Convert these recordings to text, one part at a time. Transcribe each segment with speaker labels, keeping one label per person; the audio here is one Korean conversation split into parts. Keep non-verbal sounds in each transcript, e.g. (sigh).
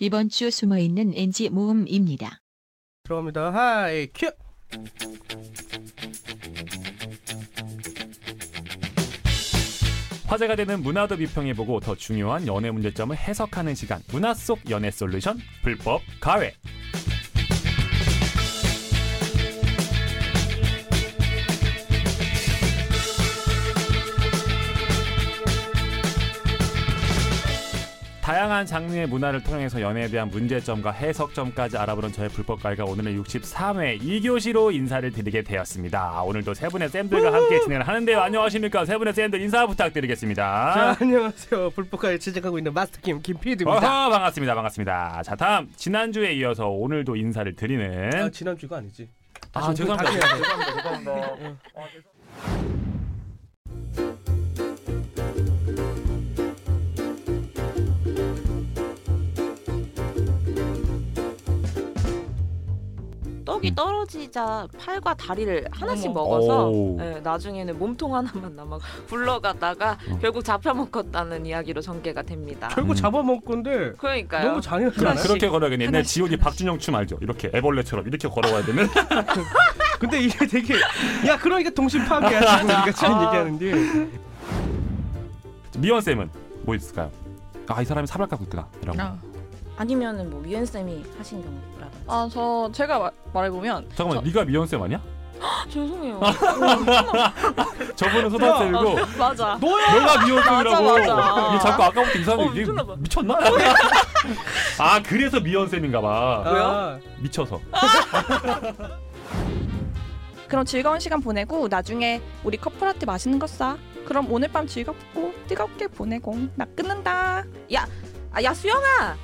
Speaker 1: 이번 주 숨어있는 NG 모음입니다.
Speaker 2: 들어갑니다. 하이 큐.
Speaker 3: 화제가 되는 문화도 비평해보고 더 중요한 연애 문제점을 해석하는 시간 문화 속 연애 솔루션 불법 가외 다양한 장르의 문화를 통해서 연애에 대한 문제점과 해석점까지 알아보는 저의 불법가이가 오늘은 63회 2교시로 인사를 드리게 되었습니다. 오늘도 세 분의 쌤들과 함께 진행을 하는데요. 안녕하십니까? 세 분의 쌤들 인사 부탁드리겠습니다.
Speaker 2: 자, 아, 안녕하세요. 불법가에 취직하고 있는 마스터 김 김피디입니다.
Speaker 3: 어허, 반갑습니다. 반갑습니다. 자, 다음 지난주에 이어서 오늘도 인사를 드리는
Speaker 2: 아, 지난주가 아니지.
Speaker 3: 아,
Speaker 2: 다시 오늘
Speaker 3: 죄송합니다.
Speaker 2: 다시 해야 돼.
Speaker 4: 떡이 떨어지자 팔과 다리를 하나씩 먹어서 예, 나중에는 몸통 하나만 남아 (laughs) 굴러가다가
Speaker 3: 어.
Speaker 4: 결국 잡혀먹었다는 이야기로 전개가 됩니다.
Speaker 2: 결국
Speaker 3: 음.
Speaker 2: 잡아먹을 건데
Speaker 4: 그러니까요.
Speaker 2: 너무 잔인하지
Speaker 3: 그냥
Speaker 2: 않아요?
Speaker 3: 그렇게 걸어야겠네. 옛날 지오디 박준영 춤 알죠? 이렇게 애벌레처럼 이렇게 걸어가야 되는.
Speaker 2: 근데 이게 되게 야 그러니까 동심 파괴야 지금 (laughs) 우리가 지금
Speaker 4: 아.
Speaker 2: 얘기하는데
Speaker 3: 미연 쌤은 뭐 있을까요? 아, 이 사람이 사발 갖고 있구나. 이런
Speaker 5: 아,
Speaker 3: 거.
Speaker 6: 아니면은 뭐 미연 쌤이 하신 경우라든지.
Speaker 5: 아, 저 제가 마- 말해보면
Speaker 3: 잠깐만, 네가 미연 쌤 아니야?
Speaker 4: 죄송해요.
Speaker 3: 아.
Speaker 4: (laughs)
Speaker 3: 저분은 소담 쌤이고
Speaker 5: 맞아.
Speaker 3: 너가 미연 쌤이라고.
Speaker 5: 맞아, 맞아.
Speaker 3: 이게 자꾸 아까부터 이상해.
Speaker 5: 어,
Speaker 3: 이게
Speaker 5: 미쳤나 봐.
Speaker 3: 미쳤나? (laughs) 아, 그래서 미연
Speaker 2: 아,
Speaker 3: 쌤인가봐.
Speaker 2: 뭐야?
Speaker 3: 미쳐서.
Speaker 5: 그럼 즐거운 시간 보내고 나중에 우리 커플한테 맛있는 거 싸. 그럼 오늘 밤 즐겁고 뜨겁게 보내고 나 끊는다.
Speaker 4: 아, 야 수영아.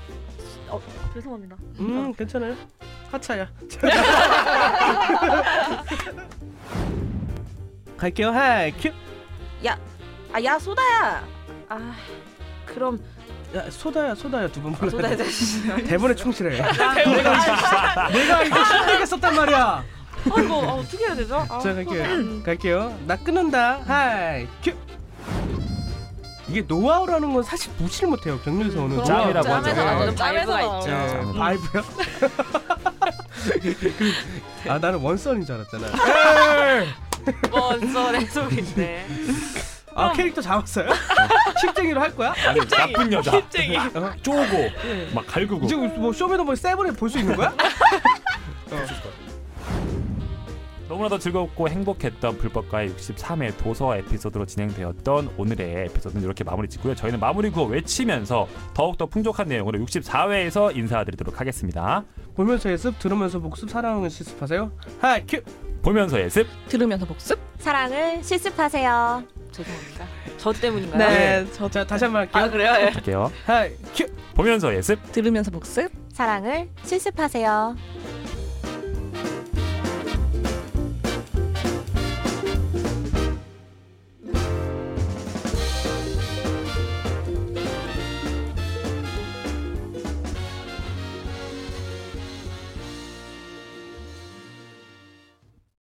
Speaker 4: 어, 죄송합니다.
Speaker 2: 음 괜찮아요. 하차야. (laughs) 갈게요. 하이 큐.
Speaker 4: 아, 야 소다야. 아, 그럼
Speaker 2: 야 소다야 아, 소다야 두 번 불러.
Speaker 3: 네.
Speaker 4: 소다야 다시.
Speaker 2: (laughs) 대본에 충실해. 내가 내가 이거 신기하게 썼단 말이야.
Speaker 4: 어 이거 어, 어떻게 해야 되죠? 아,
Speaker 2: 자 갈게요 갈게요 나 끊는다 하이 큐 이게 노하우라는 건 사실 무시를 못해요
Speaker 4: 음,
Speaker 2: 경륜에서는
Speaker 3: 그럼요. 짬이라고 하죠.
Speaker 4: 짬에서 나오는
Speaker 3: 네.
Speaker 4: 바이브가 있죠.
Speaker 3: 짬.
Speaker 2: 바이브요? (laughs) 그- 아 나는 원선인 줄 알았잖아 에이!
Speaker 4: (laughs) 먼선의 소리인데.
Speaker 2: 아 캐릭터
Speaker 4: (laughs)
Speaker 2: 잡았어요? 십쟁이로 할 거야?
Speaker 3: 아니, 나쁜 여자.
Speaker 4: 힙쟁이.
Speaker 2: 어?
Speaker 3: 쪼고, 막 갈구고.
Speaker 2: 이제 뭐 쇼미더머니 세븐에 볼 수 있는 거야?
Speaker 4: 어.
Speaker 3: 너무나도 즐겁고 행복했던 불법과의 63회 도서 에피소드로 진행되었던 오늘의 에피소드는 이렇게 마무리 짓고요. 저희는 마무리 구호 외치면서 더욱더 풍족한 내용으로 64회에서 인사드리도록 하겠습니다.
Speaker 2: 보면서 예습 들으면서 복습 사랑하는 실습하세요 하이 큐
Speaker 3: 보면서 예습
Speaker 5: 들으면서 복습?
Speaker 6: 사랑을 실습하세요.
Speaker 4: 죄송합니다. 저 때문인가요?
Speaker 2: 네,
Speaker 5: 저
Speaker 2: 자, 다시 한 번 할게요
Speaker 4: 아 그래요? 예.
Speaker 3: 할게요.
Speaker 2: 하이 큐
Speaker 3: 보면서 예습
Speaker 5: 들으면서 복습.
Speaker 6: 사랑을 실습하세요.